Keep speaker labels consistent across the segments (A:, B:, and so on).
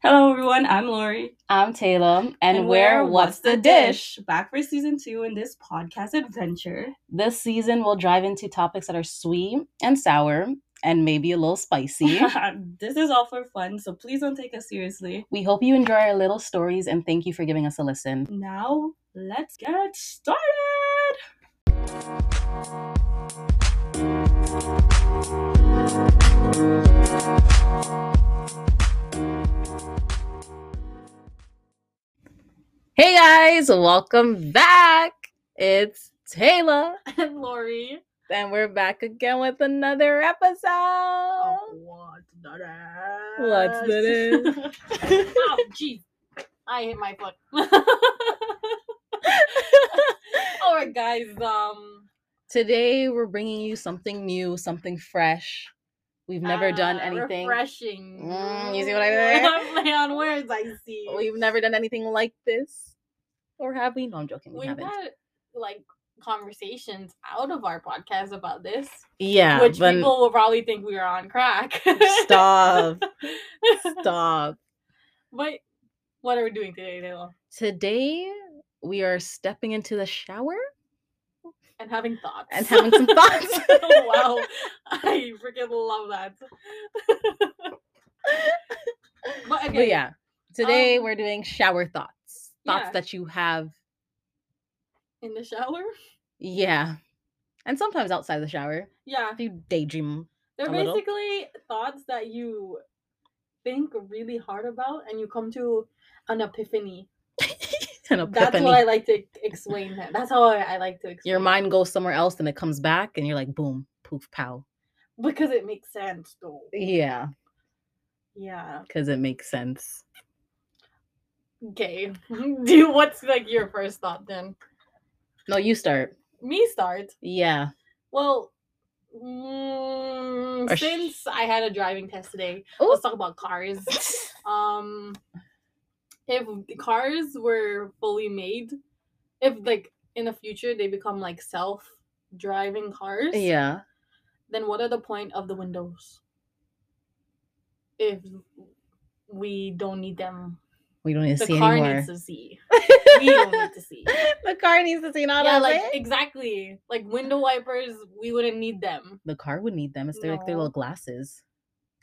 A: Hello, everyone. I'm Lori.
B: I'm Taylor, and, we're What's the Dish?
A: Back for season two in this podcast adventure.
B: This season, we'll dive into topics that are sweet and sour and maybe a little spicy.
A: this is all for fun, so please don't take us seriously.
B: we hope you enjoy our little stories and thank you for giving us a listen.
A: Now, let's get started.
B: Hey guys, welcome back. It's Taylor,
A: And Lori.
B: and we're back again with another episode.
A: What's Oh, the dish?
B: What's the
A: dish?
C: oh, jeez. I hit my foot. All right, guys. Um,
B: Today, we're bringing you something new, something fresh. We've never done
C: uh,
B: anything.
C: refreshing.
B: Mm, you see what I did there?
C: I'm play on words. I see.
B: We've never done anything like this. Or have we? No, I'm joking. We
C: We've
B: haven't.
C: had like conversations out of our podcast about this,
B: yeah,
C: which
B: but
C: people will probably think we are on crack.
B: stop. stop.
C: but what are we doing today, Taylor?
B: Today, we are stepping into the shower.
C: And having thoughts.
B: And having some thoughts.
C: wow. I freaking love that. but okay.
B: But yeah, today
C: um,
B: we're doing shower thoughts. Thoughts
C: yeah.
B: that you have.
C: In the shower?
B: Yeah. And sometimes outside the shower,
C: Yeah.
B: if you daydream.
C: They're
B: a little.
C: basically thoughts that you think really hard about and you come to an epiphany.
B: an
C: That's
B: epiphany.
C: what I like to explain that. That's how I, I like to explain
B: Your
C: it,
B: mind goes somewhere else and it comes back, and you're like, boom, poof, pow.
C: because it makes sense though.
B: Yeah,
C: Yeah.
B: because it makes sense.
C: Okay. Do what's like your first thought then?
B: No, you start.
C: Me start.
B: Yeah.
C: Well, mm,
B: Or sh-
C: since I had a driving test today,
B: Ooh.
C: let's talk about cars. um if the cars were fully made if like in the future they become like self driving cars
B: yeah.
C: then what are the point of the windows if we don't need them
B: We don't need
C: the
B: to see
C: car
B: anymore.
C: needs to see we don't need to see
B: the car needs to see not
C: yeah
B: us,
C: like
B: eh?
C: exactly like window wipers we wouldn't need them
B: the car would need them. It's their, like their
C: No.
B: little glasses.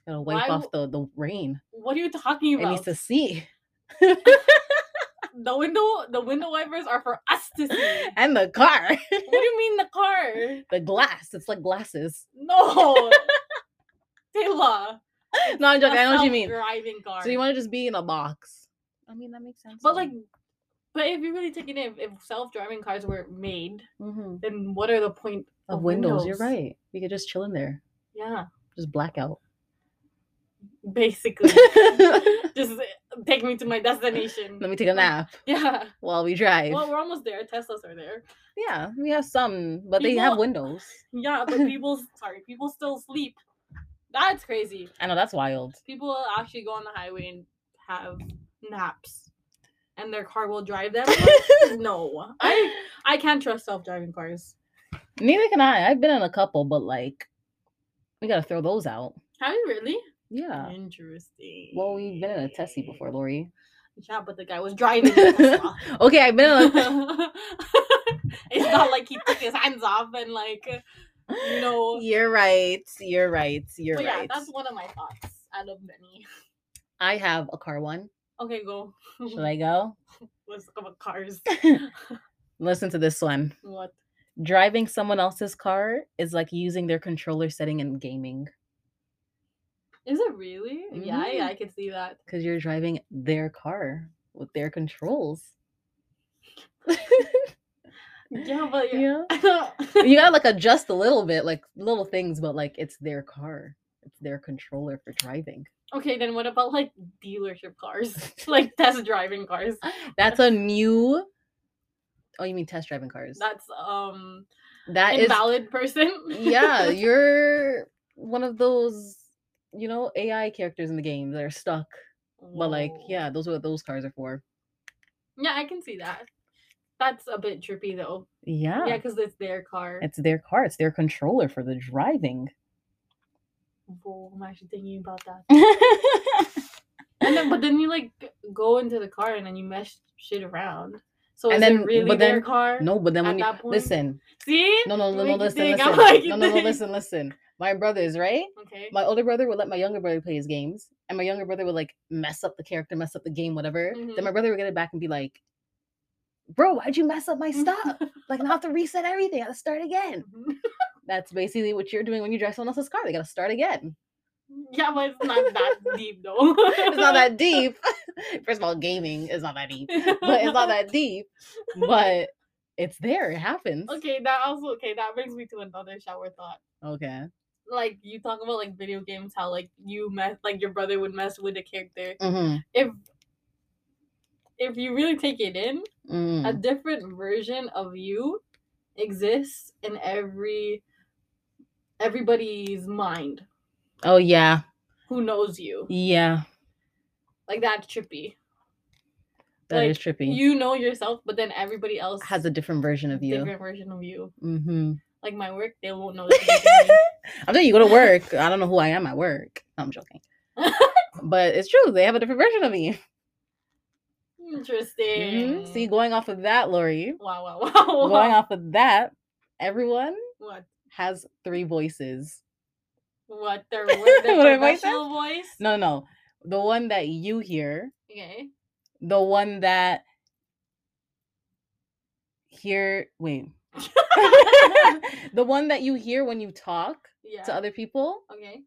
B: Gotta wipe
C: Why
B: off the, the rain.
C: what are you talking
B: It
C: about
B: needs to see.
C: the window the window wipers are for us to see
B: and the car.
C: what do you mean the car
B: the glass. It's like glasses.
C: No. Taylor.
B: No, I'm joking.
C: a
B: I know what you mean.
C: Driving car.
B: So you want to just be in a box. I mean, that makes sense.
C: but like, but if you really take it in, if self-driving cars were made,
B: hmm
C: then what are the point
B: of
C: of
B: windows, you're
C: windows.
B: right. We could just chill in there.
C: Yeah,
B: Just blackout.
C: basically.
B: Let
C: Just take me to my destination.
B: me take a nap
C: Yeah.
B: while we drive.
C: Well, we're almost there. Teslas are there.
B: yeah, we have some, but they have
C: People-
B: windows.
C: Yeah, but people, sorry, people still sleep. That's crazy.
B: I know that's wild.
C: People will actually go on the highway and have naps, and their car will drive them. no, I I can't trust self-driving cars.
B: Neither can I. I've been in a couple, but like, we gotta throw those out.
C: Have you really?
B: Yeah.
C: Interesting.
B: Well, we've been in a testy before, Lori.
C: Yeah, but the guy was driving. the Tesla.
B: Okay, I've been in a.
C: it's not like he took his hands off and like you know.
B: You're right. You're right. You're
C: But yeah,
B: right.
C: that's one of my thoughts out of many.
B: I have a car one.
C: Okay, go.
B: Should I go?
C: Let's talk about cars.
B: Listen to this one.
C: what?
B: Driving someone else's car is like using their controller setting and gaming
C: Is it really? Yeah, yeah,
B: Mhm.
C: I can see that.
B: because you're driving their car with their controls.
C: Yeah, but yeah.
B: Oh, Yeah. You gotta like adjust a little bit, like little things, but like it's their car. It's their controller for driving.
C: okay, then what about like dealership cars? like test driving cars.
B: That's a new. Oh, you mean test driving cars?
C: That's um
B: That is
C: invalid person.
B: yeah, you're one of those, you know, AI characters in the game that are stuck. But like,
C: Whoa.
B: yeah, those are what those cars are for.
C: Yeah, I can see that. That's a bit trippy though.
B: Yeah.
C: Yeah, because it's their car.
B: It's their car, it's their controller for the driving.
C: Whoa, I'm actually thinking about that.
B: and
C: And And then, but then you like go into the car and then you mesh shit around. So is
B: And then-
C: it really
B: but
C: their
B: then-
C: car?
B: No, but then
C: At
B: when you
C: that point-
B: listen,
C: See?
B: no, no, no,
C: Make
B: no,
C: you
B: listen,
C: think,
B: listen,
C: I like you
B: no, no, no,
C: think.
B: listen, listen. My brothers, right?
C: Okay.
B: My older brother would let my younger brother play his games, and my younger brother would like mess up the character, mess up the game, whatever.
C: Mhm.
B: Then my brother would get it back and be like, "Bro, why'd you mess up my stuff? like, now I have to reset everything. I have to start again."
C: Mhm.
B: That's basically what you're doing when you drive someone else's car. They gotta start again.
C: yeah, but it's not that deep though.
B: It's not that deep. First of all, gaming is not that deep, but it's not that deep. But it's there. It happens.
C: Okay, that also okay. That brings me to another shower thought.
B: Okay.
C: Like you talk about like video games, how like you mess, like your brother would mess with a character.
B: Mhm.
C: If if you really take it in,
B: Mm.
C: a different version of you exists in every everybody's mind
B: Oh yeah,
C: who knows you.
B: yeah.
C: Like that trippy.
B: That
C: Like,
B: is trippy.
C: You know yourself, but then everybody else
B: Has a different version of you.
C: different version of you.
B: Mm-hmm.
C: Like my work, they won't know. that
B: I'm telling you, go to work. I don't know who I am at work. No, I'm joking. but it's true. They have a different version of me.
C: Interesting.
B: Mhm. See, going off of that, Lori,
C: wow, wow, wow, wow.
B: going off of that, everyone
C: What?
B: has three voices.
C: What? Their, wor- their
B: What am I saying?
C: professional voice?
B: No, no, no. The one that you hear,
C: Okay.
B: the one that hear wait. the one that you hear when you talk
C: yeah.
B: to other people,
C: okay.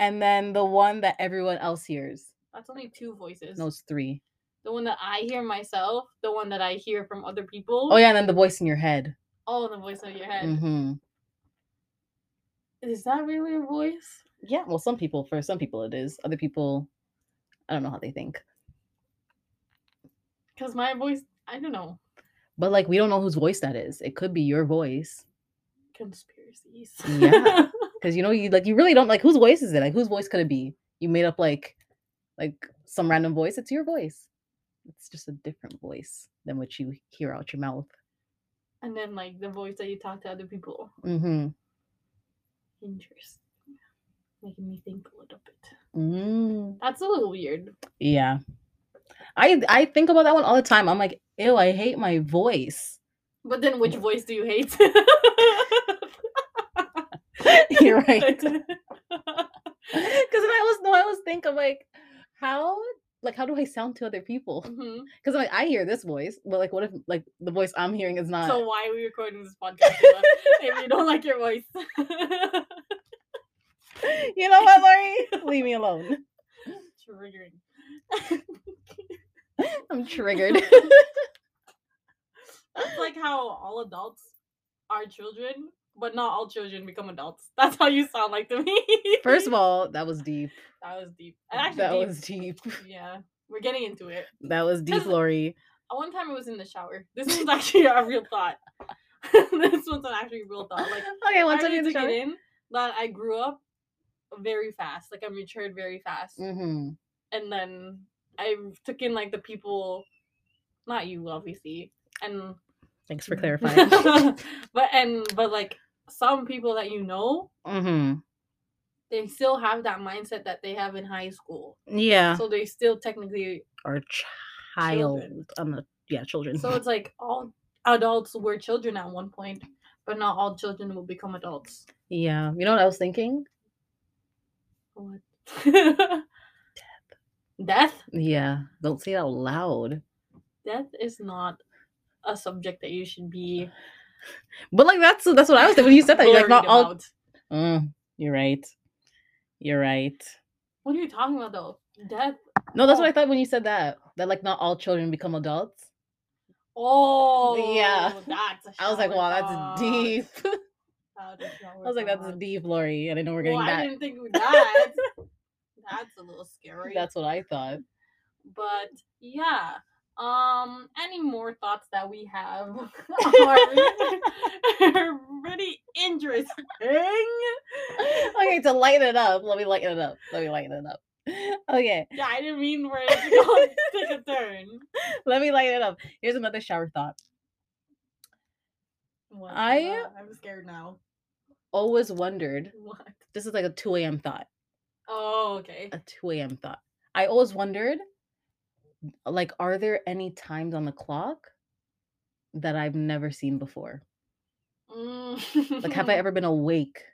B: and then the one that everyone else hears.
C: That's only two voices.
B: No, it's three.
C: The one that I hear myself, the one that I hear from other people.
B: Oh yeah, and then the voice in your head.
C: Oh, the voice of your head.
B: hmm
C: Is that really a voice?
B: Yeah, well, some people, for some people, it is. Other people, I don't know how they think.
C: Because my voice, I don't know.
B: But like, we don't know whose voice that is. It could be your voice,
C: Conspiracies.
B: Yeah. because you know, you like, you really don't like whose voice is it? Like, whose voice could it be? You made up like, like some random voice. It's your voice. It's just a different voice than what you hear out your mouth.
C: and then, like, the voice that you talk to other people.
B: Mm-hmm.
C: Interesting. Making me think a little bit.
B: Mm.
C: That's a little weird.
B: Yeah, I I think about that one all the time. I'm like, ew, I hate my voice.
C: But then, which voice do you hate?
B: You're right. Because I always no, I always think of like how like how do I sound to other people?
C: Mhm.
B: Because like I hear this voice, but like what if like the voice I'm hearing is not?
C: So why are we recording this podcast Ella, if you don't like your voice?
B: you know what, Lori? Leave me alone.
C: Triggering.
B: I'm triggered.
C: It's like how all adults are children, but not all children become adults. That's how you sound like to me.
B: First of all, that was deep.
C: that was deep. And actually,
B: that
C: deep.
B: was deep.
C: yeah, we're getting into it.
B: That was deep,
C: Doesn't-
B: Lori.
C: Uh, One time it was in the shower. This was actually a real thought. this one's an actually real thought. Like
B: okay,
C: I
B: one
C: really
B: second.
C: took it in that I grew up very fast. Like I matured very fast.
B: Mm-hmm.
C: and then I took in like the people, not you obviously, and
B: Thanks for
C: Mm-hmm.
B: clarifying.
C: but and but like some people that you know,
B: mm-hmm.
C: they still have that mindset that they have in high school,
B: Yeah.
C: so they still technically.
B: Or child.
C: Children.
B: I'm a yeah, children.
C: So it's like all adults were children at one point, but not all children will become adults.
B: yeah. You know what I was thinking?
C: What? Death. Death.
B: Yeah. Don't say it out loud.
C: Death is not a subject that you should be.
B: But like that's that's what I was thinking when you said that. You're like
C: worried
B: not all
C: about.
B: Mm, you're right. You're right.
C: What are you talking about though? Death
B: No, that's what
C: Oh.
B: I thought when you said that. That like not all children become adults.
C: Oh
B: yeah.
C: that's. A
B: I was like,
C: shower
B: wow,
C: thought.
B: that's deep.
C: Oh That's a
B: I
C: shower
B: was like, that's
C: thought.
B: deep, Lori, and I know we're
C: Well,
B: getting
C: I
B: back.
C: didn't think of that. that's a little scary.
B: That's what I thought.
C: But yeah. Um. Any more thoughts that we have are pretty interesting.
B: okay, to lighten it up, let me lighten it up. Let me lighten it up. Okay,
C: Yeah, I didn't mean for it to go take a turn.
B: let me lighten it up. Here's another shower thought.
C: What
B: I-
C: the- I'm scared now.
B: Always wondered.
C: What?
B: This is like a 2 a.m. thought.
C: Oh, okay.
B: A 2 a.m. thought. I always wondered, like, are there any times on the clock that I've never seen before?
C: Mm.
B: Uh, Like, have I ever been awake?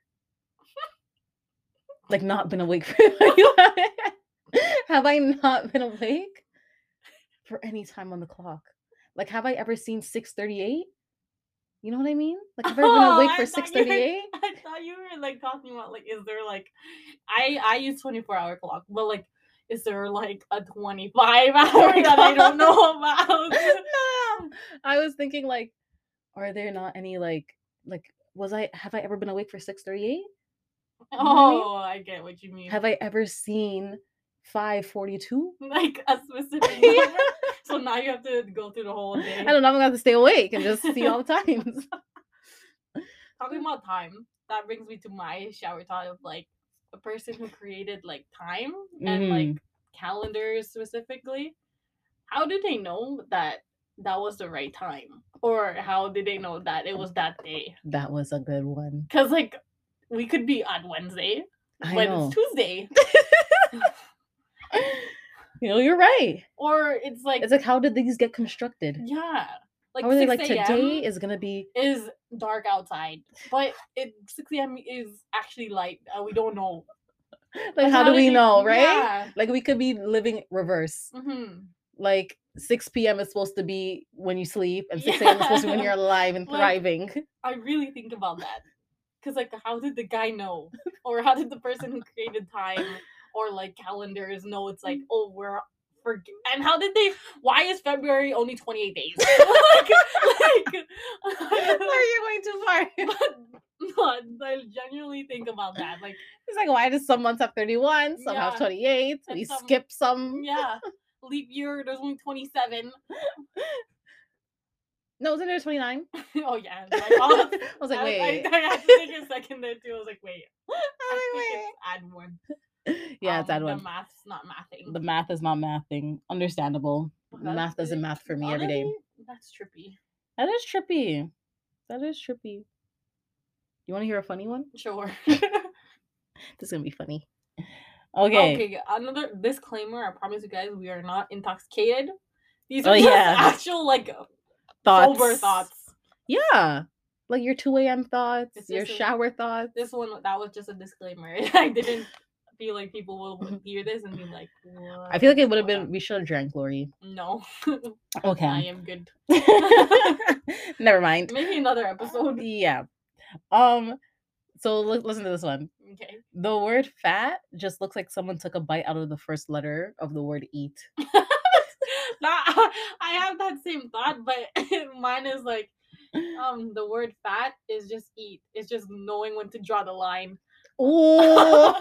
B: Like, not been awake for. like, have I not been awake for any time on the clock? Like, have I ever seen six thirty eight? You know what I mean? Like, have I ever
C: Oh,
B: been awake
C: I
B: for
C: thought
B: six
C: you were-
B: thirty eight?
C: I thought you were like talking about like is there like I I use 24 hour clock, but like is there like a 25 hour that I don't know about?
B: no, I was thinking like, are there not any like like was I have I ever been awake for six thirty eight?
C: oh, I get what you mean.
B: Have I ever seen five forty two?
C: like a specific
B: Yeah.
C: number. So now you have to go through the whole day.
B: I don't know. I'm gonna have to stay awake and just see all the times.
C: Talking about time, that brings me to my shower thought of like a person who created like time and
B: Mhm.
C: like calendars specifically. How do they know that that was the right time? Or how did they know that it was that day?
B: That was a good one.
C: Because like we could be on Wednesday,
B: I
C: but
B: know.
C: it's Tuesday.
B: you know, you're right.
C: Or it's like,
B: It's like how did these get constructed?
C: yeah. Like
B: how are they
C: 6
B: like today
C: a.m.
B: is gonna be
C: is dark outside, but it 6 a.m. is actually light. Uh, we don't know.
B: like how do we
C: they-
B: know, right?
C: Yeah.
B: Like we could be living reverse.
C: Mhm.
B: like 6 p.m. is supposed to be when you sleep, and 6 a.m. is supposed to be when you're alive and
C: Like-
B: thriving.
C: I really think about that. Because, like, how did the guy know? Or how did the person who created time or, like, calendars know it's like, oh, we're. For, and how did they. Why is February only 28 days? like, like,
B: you going too far?
C: no, I genuinely think about that. Like,
B: It's like, why does some months have 31, some have
C: Yeah.
B: 28?
C: And
B: We
C: some-
B: skip some.
C: yeah, leap year, there's only 27.
B: No, isn't there 29?
C: oh, yeah. I,
B: I
C: thought-
B: was like,
C: I-
B: wait.
C: I, I had to take a second there, too. I was like, wait. I
B: I
C: think it's add one.
B: was like, wait. Yeah, it's
C: Um,
B: that
C: The
B: one.
C: math's not mathing.
B: The math is not mathing. Understandable.
C: Well, that's
B: Math doesn't
C: it.
B: math for me every day.
C: Honestly, That's trippy.
B: That is trippy. That is trippy. You want to hear a funny one?
C: Sure.
B: This is going to be funny.
C: okay.
B: Okay.
C: Another disclaimer. I promise you guys, we are not intoxicated. These
B: Oh,
C: are just
B: yeah.
C: actual like
B: Thoughts.
C: sober thoughts.
B: Yeah. Like your 2 a.m. thoughts,
C: It's
B: your
C: just a-
B: shower thoughts.
C: This one that was just a disclaimer. I didn't feel like people will would hear this and be like.
B: I feel like it
C: "What
B: would have
C: the
B: been, we should have drank Lori.
C: fuck?" No, I
B: Okay.
C: am good.
B: Never mind.
C: Maybe another episode.
B: Yeah. Um, so li- listen to this one.
C: Okay.
B: The word fat just looks like someone took a bite out of the first letter of the word eat.
C: That, I have that same thought, but mine is like um the word fat is just eat. It's just knowing when to draw the line.
B: Oh,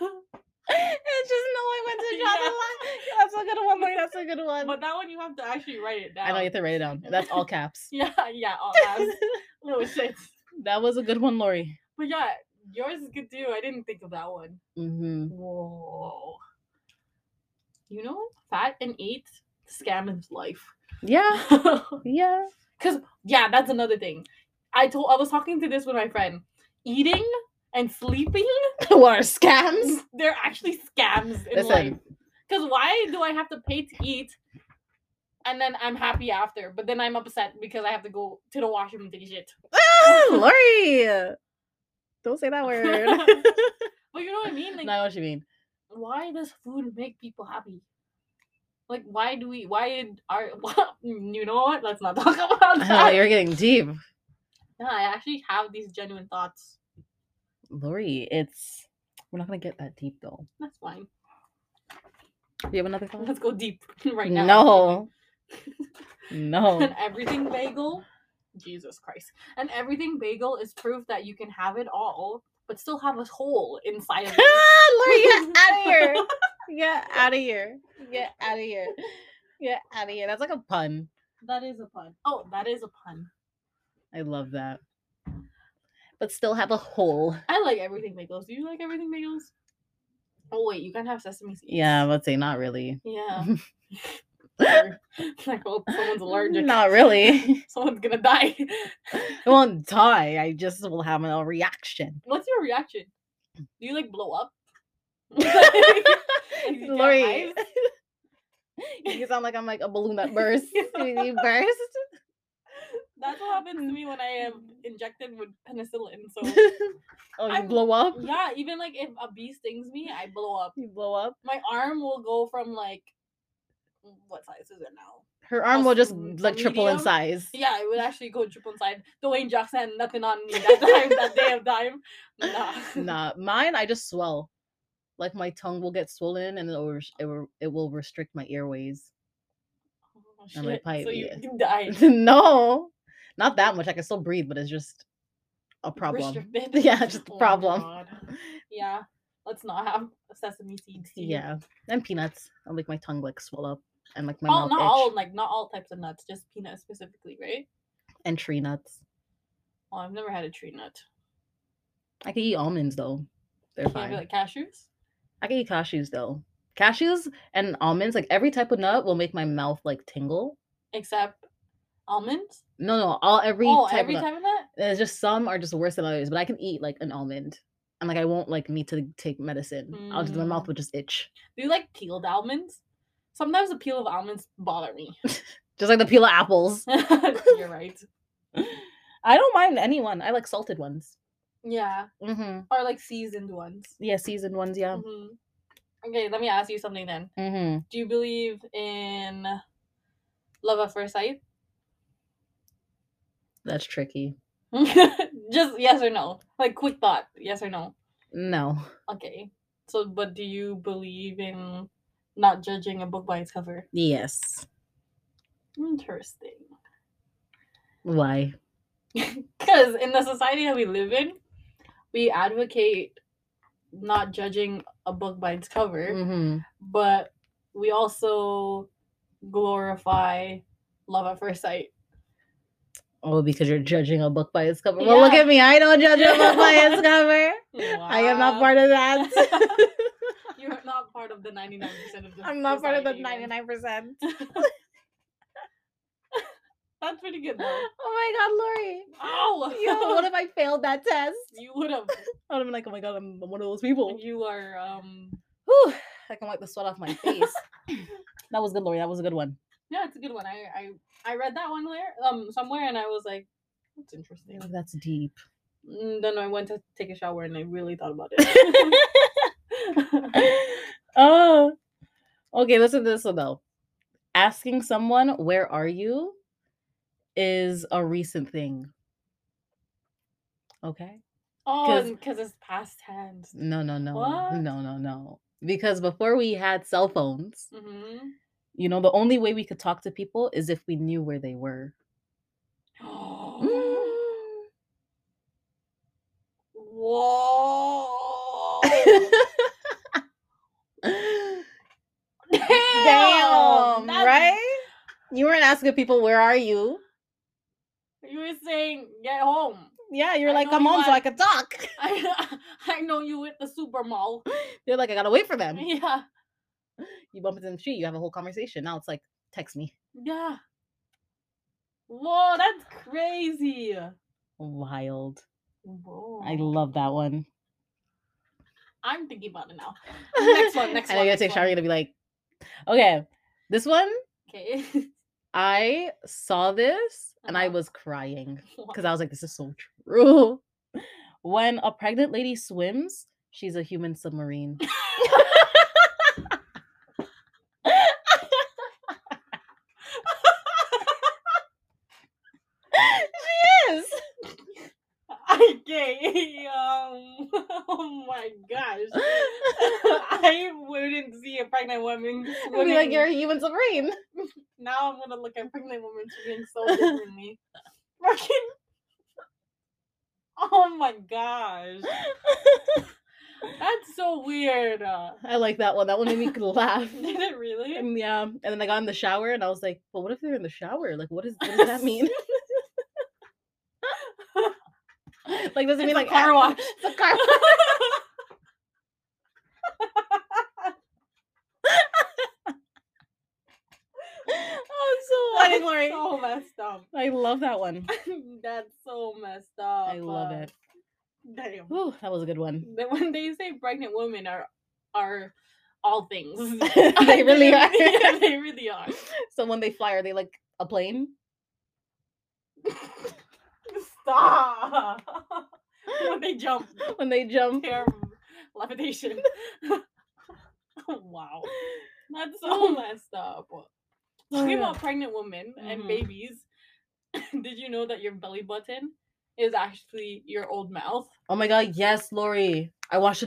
B: it's just knowing when to draw
C: Yeah.
B: the line. Yeah, That's a good one, Lori. That's a good one.
C: but that one you have to actually write it down.
B: Um, I know you have to write it down. That's all caps.
C: Yeah, yeah, all that. oh shit.
B: that was a good one, Lori.
C: But yeah, yours is good too. I didn't think of that one.
B: Mm-hmm.
C: Whoa. You know, fat and eat scam is life.
B: Yeah. Yeah.
C: Cause yeah, that's another thing. I told I was talking to this with my friend. Eating and sleeping,
B: what are scams?
C: they're actually scams in life.
B: Listen,
C: Because why do I have to pay to eat and then I'm happy after, but then I'm upset because I have to go to the washroom and take a shit?
B: Ah, Lori, don't say that word.
C: But you know what I mean? Like,
B: no, I know what you mean.
C: why does food make people happy? Like, why do we, why did our, you know what? Let's not talk about
B: I know,
C: that.
B: you're getting deep,
C: No, I actually have these genuine thoughts.
B: Lori. It's we're not gonna get that deep though.
C: That's fine.
B: Do you have another thought?
C: Let's go deep right now.
B: Oh. No, no. Oh.
C: An everything bagel, Jesus Christ. An everything bagel is proof that you can have it all, but still have a hole inside of it.
B: ah, Lori, get out of here! Get out of here! Get out of here! Get out of here! That's like a pun.
C: That is a pun. Oh, that is a pun.
B: I love that. But still have a hole.
C: I like everything bagels. Do you like everything bagels? Oh wait, you can have sesame seeds.
B: Yeah, I would say not really.
C: Yeah. Sorry. like, oh, someone's allergic.
B: Not really.
C: Someone's gonna die.
B: I won't die. I just will have a reaction.
C: What's your reaction? Do you like blow up? you get
B: Lori.
C: eyes?
B: you sound like I'm like a balloon that bursts. you burst.
C: That's what happens
B: Hmm.
C: to me when I am injected with penicillin. So
B: oh, you
C: I'm-
B: blow up.
C: yeah, even like if a bee stings me, I blow up.
B: You blow up.
C: My arm will go from like what size is it now?
B: Her arm will just
C: Awesome.
B: like triple in
C: Medium?
B: size.
C: Yeah, it would actually go triple inside. Dwayne Jackson had nothing on me that time, that day of time. Nah.
B: nah, mine I just swell. Like my tongue will get swollen and it will, res- it will, it will restrict my airways.
C: Oh,
B: And my
C: shit.
B: pipe,
C: so you,
B: yeah.
C: you died.
B: no, not that much. I can still breathe, but it's just a problem.
C: Restricted.
B: Yeah, just
C: Oh
B: a
C: my
B: problem.
C: God. Yeah, let's not have sesame seeds. tea.
B: Yeah, and peanuts. I make my tongue like swell up and like my
C: All, Oh,
B: mouth
C: not
B: itch.
C: all like not all types of nuts, just peanuts specifically, right?
B: and tree nuts.
C: Oh, I've never had a tree nut.
B: I can eat almonds though; they're
C: Can I
B: fine.
C: be like cashews?
B: I can eat cashews though. Cashews and almonds, like every type of nut, will make my mouth like tingle.
C: Except almonds.
B: No, no, all every
C: oh,
B: type
C: every
B: of nut.
C: time of that.
B: There's just some are just worse than others, but I can eat like an almond, and like I won't like need to take medicine. I'll just my mouth
C: Mm.
B: will just itch,
C: Do you like peeled almonds? Sometimes the peel of almonds bother me.
B: just like the peel of apples.
C: You're right.
B: I don't mind any one. I like salted ones.
C: Yeah,
B: Mm-hmm.
C: or like seasoned ones.
B: Yeah, seasoned ones. Yeah.
C: Mhm. Okay, let me ask you something then.
B: Mm-hmm.
C: Do you believe in love at first sight?
B: That's tricky.
C: Just yes or no. Like quick thought, yes or no.
B: No,
C: Okay. So, but do you believe in not judging a book by its cover?
B: yes.
C: Interesting.
B: Why?
C: Because in the society that we live in, we advocate not judging a book by its cover,
B: Mm-hmm.
C: but we also glorify love at first sight.
B: Oh, because you're judging a book by its cover. Well, look
C: Yeah.
B: at me. I don't judge a book by its cover. I am not
C: Wow.
B: part of that.
C: You're not part of the 99% of the
B: I'm not part of the
C: society, man.
B: 99%.
C: That's pretty good though.
B: Oh my
C: Ow!
B: God, Lori. Yo, what if I failed that test?
C: you would have.
B: I would have been like, oh my God, I'm one of those people.
C: You are um
B: Whew, I can wipe the sweat off my face. that was good, Lori. That was a good one.
C: Yeah, it's a good one. I I, I read that one there um somewhere, and I was like, that's interesting.
B: Oh, that's deep.
C: Mm, Then I went to take a shower, and I really thought about it.
B: oh. Okay, listen to this one though. Asking someone, where are you? is a recent thing. Okay.
C: oh,
B: 'Cause-
C: because it's past tense.
B: No, no, no.
C: What?
B: No, no, no. Because before we had cell phones,
C: Mm-hmm.
B: you know, the only way we could talk to people is if we knew where they were. Mm-hmm.
C: Whoa! Damn!
B: Damn,
C: that's-
B: right? You weren't asking people, where are you?
C: You were saying get home.
B: Yeah, you're
C: I
B: like,
C: know
B: come
C: you
B: home so I
C: are."
B: could talk.
C: I I know you at the super mall.
B: They're like, I gotta wait for them.
C: Yeah,
B: You bump into them, street, you have a whole conversation. Now it's like, text me.
C: yeah. Whoa, that's crazy.
B: Wild.
C: Whoa.
B: I love that one.
C: I'm thinking about it now. Next one, next
B: and
C: one,
B: I'm gonna
C: next
B: take
C: one.
B: shower. You're gonna be like, okay, this one.
C: Okay.
B: I saw this and I
C: Uh-huh.
B: was crying because I was like, this is so true. When a pregnant lady swims, she's a human submarine. she is.
C: Okay. Um, oh my gosh. I wouldn't see a pregnant woman.
B: I'd be like,
C: swimming.
B: you're a human submarine.
C: Now I'm gonna look at pregnant women swimming so differently. Fucking. Oh my gosh. That's so weird. Uh,
B: I like that one. That one made me laugh.
C: Did it really?
B: And yeah, and then I got in the shower and I was like, "Well, what if they're in the shower? Like, what, is, what does that mean? like, does
C: It's
B: it mean
C: a
B: like
C: car
B: a-
C: wash.
B: It's a car wash. oh, it's so funny, Lori.
C: so messed up.
B: I love that one.
C: That's so messed up.
B: I love
C: uh,
B: it.
C: Damn.
B: Whew, that was a good one.
C: Then when they say pregnant women are are all things,
B: They really are.
C: yeah, they really are.
B: So when they fly, are they like a plane?
C: Stop. when they jump,
B: When they jump?
C: they are levitation. wow, that's so messed up. Talking
B: Oh, yeah. Mm-hmm.
C: about pregnant women and
A: Mhm.
C: babies, did you know that your belly button is actually your old mouth?
B: Oh my god, yes, Lori. I watched a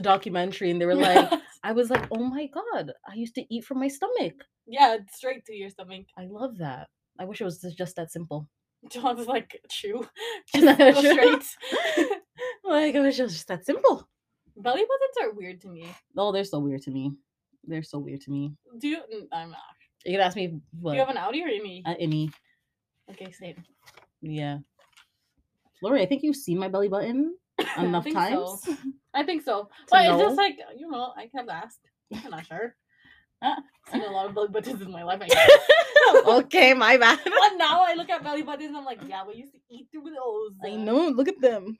B: documentary and they were like, I was like, oh my god, I used to eat from my stomach.
C: yeah, it's straight to your stomach.
B: I love that. I wish it was just- just that simple.
C: John's like, chew.
B: Just
C: Go
B: chew.
C: straight.
B: Like, I wish it was just that simple.
C: Belly buttons are weird to me.
B: Oh, they're so weird to me. They're so weird to me.
C: Do you? n- I'm not.
B: You could ask me what
C: Do you have an Audi or any?
B: uh, any.
C: okay, same.
B: Yeah. Lori, I think you've seen my belly button
C: I
B: enough
C: think so.
B: times.
C: I think so. But it's
B: know?
C: just like you know, I kept asked. I'm not sure. Ah, I've seen a lot of belly buttons in my life. I guess.
B: okay, my bad.
C: but now I look at belly buttons. I'm like, yeah, we used to eat through those.
B: I
C: uh,
B: know, look at them.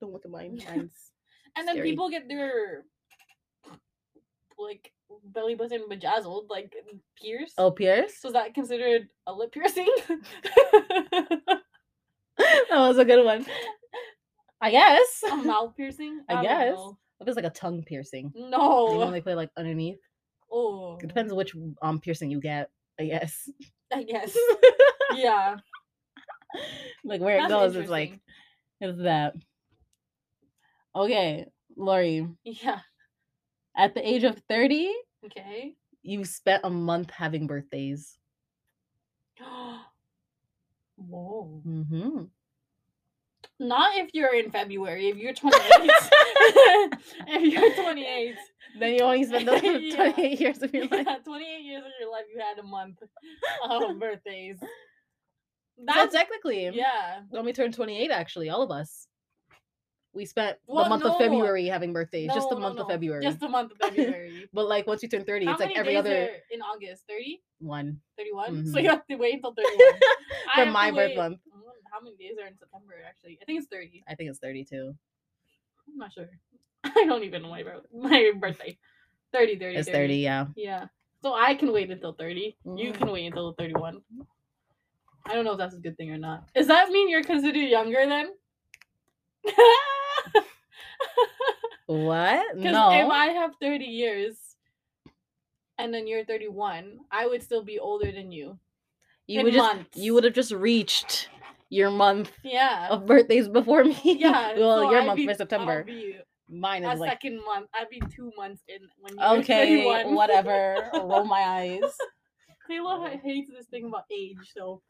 B: Don't look at mine.
C: Mine's And then
B: Scary.
C: people get their like belly button bejazzled, like pierced.
B: Oh, Pierce?
C: So is that considered a lip piercing?
B: that was a good one. I guess.
C: a mouth piercing?
B: I
C: don't
B: guess.
C: know.
B: If it's like a tongue piercing. You know when
C: No.
B: they play like underneath?
C: Oh.
B: It depends which um piercing you get, I guess.
C: I guess. yeah.
B: like where it
C: That's
B: goes is like
C: interesting.
B: is that. Okay, Lori.
C: Yeah.
B: At the age of 30,
C: Okay.
B: you spent a month having birthdays.
C: Whoa.
B: Mm-hmm.
C: Not if you're in February. If you're 28. if you're 28.
B: Then you only spend those
C: Yeah.
B: 28 years of your life.
C: Yeah, 28 years of your life, you had a month of birthdays.
B: So
C: That's
B: technically,
C: yeah.
B: when we turned 28, actually, all of us, we spent the
C: Well,
B: month
C: no.
B: of February having birthdays, just the
C: No, no,
B: month of
C: no,
B: February.
C: Just the month of February.
B: But like once you turn 30,
C: How
B: it's like
C: many
B: every
C: days
B: other
C: are in August? 30?
B: one.
C: 31? So
B: Mhm.
C: you have to wait until 31. I
B: For
C: have to
B: my birth
C: wait-
B: month.
C: I wonder How many days are in September, actually? I think it's 30.
B: I think it's 32.
C: I'm not sure. I don't even know my, bir- my birthday. 30, 30.
B: It's 30, yeah.
C: Yeah. So I can wait until 30. You
B: Mhm.
C: can wait until 31. I don't know if that's a good thing or not. Does that mean you're considered younger then? Because
B: What?
C: if
B: No.
C: I have 30 years and then you're 31, I would still be older than you.
B: You
C: in
B: would just
C: months.
B: you would have just reached your month
C: Yeah.
B: of birthdays before me.
C: Yeah.
B: Oh. well,
C: so
B: your
C: I'd
B: month
C: be-
B: for
C: I'll
B: September.
C: be
B: Mine
C: a
B: is like
C: second month. I'd be two months in when you're
B: okay,
C: 31.
B: whatever. Roll my eyes.
C: Kayla h- hates this thing about age, so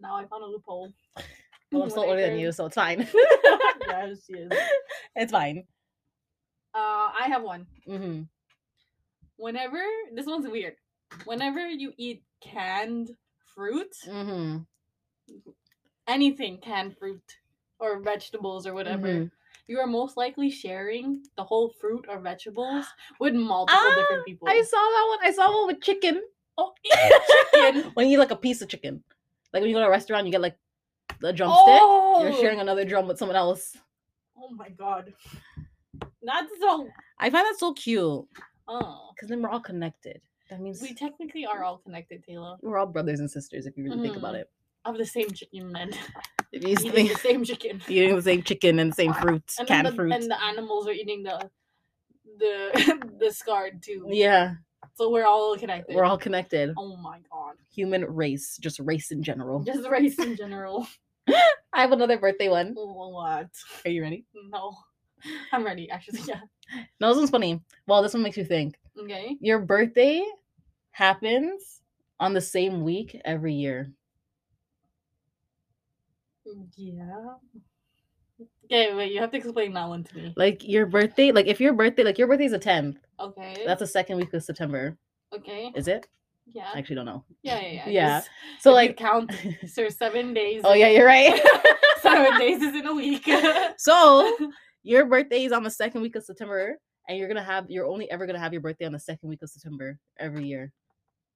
C: now I found a loophole.
B: Well, I'm still older than you, so it's fine.
C: yeah, she is.
B: it's fine.
C: Uh, I have one.
B: hmm
C: Whenever this one's weird. Whenever you eat canned fruit,
B: hmm
C: anything canned fruit or vegetables or whatever,
B: Mhm.
C: you are most likely sharing the whole fruit or vegetables with multiple
B: Ah,
C: different people.
B: I saw that one. I saw one with chicken.
C: oh, eat chicken.
B: When you eat like a piece of chicken, like when you go to a restaurant, you get like a drumstick.
C: oh,
B: You're sharing another drum with someone else.
C: Oh my god. That's so.
B: I find that so cute
C: Oh,
B: because then we're all connected. That means
C: we technically are all connected, Taylor,
B: we're all brothers and sisters if you really think about it.
C: of the same chicken men.
B: If Mm. you just
C: eating the
B: think
C: same chicken.
B: eating the same chicken and the same fruits,
C: And then
B: canned
C: the,
B: fruits.
C: And the animals are eating the the the scarred too.
B: yeah,
C: So we're all connected.
B: we're all connected.
C: Oh my god.
B: Human race, just race in general.
C: Just race in general.
B: I have another birthday one.
C: what?
B: Are you ready?
C: No. I'm ready, actually. Yeah.
B: No, this one's funny. Well, this one makes you think.
C: Okay.
B: Your birthday happens on the same week every year.
C: Yeah. Okay, wait, you have to explain that one to me.
B: Like your birthday, like if your birthday, like your birthday's a 10th,
C: Okay.
B: that's the second week of September.
C: okay.
B: Is it?
C: Yeah.
B: I actually don't know.
C: Yeah, yeah, yeah.
B: Yeah.
C: Just-
B: So
C: if you
B: like
C: count so seven days.
B: Oh yeah, you're right.
C: seven days is in a week.
B: so your birthday is on the second week of September, and you're gonna have you're only ever gonna have your birthday on the second week of September every year.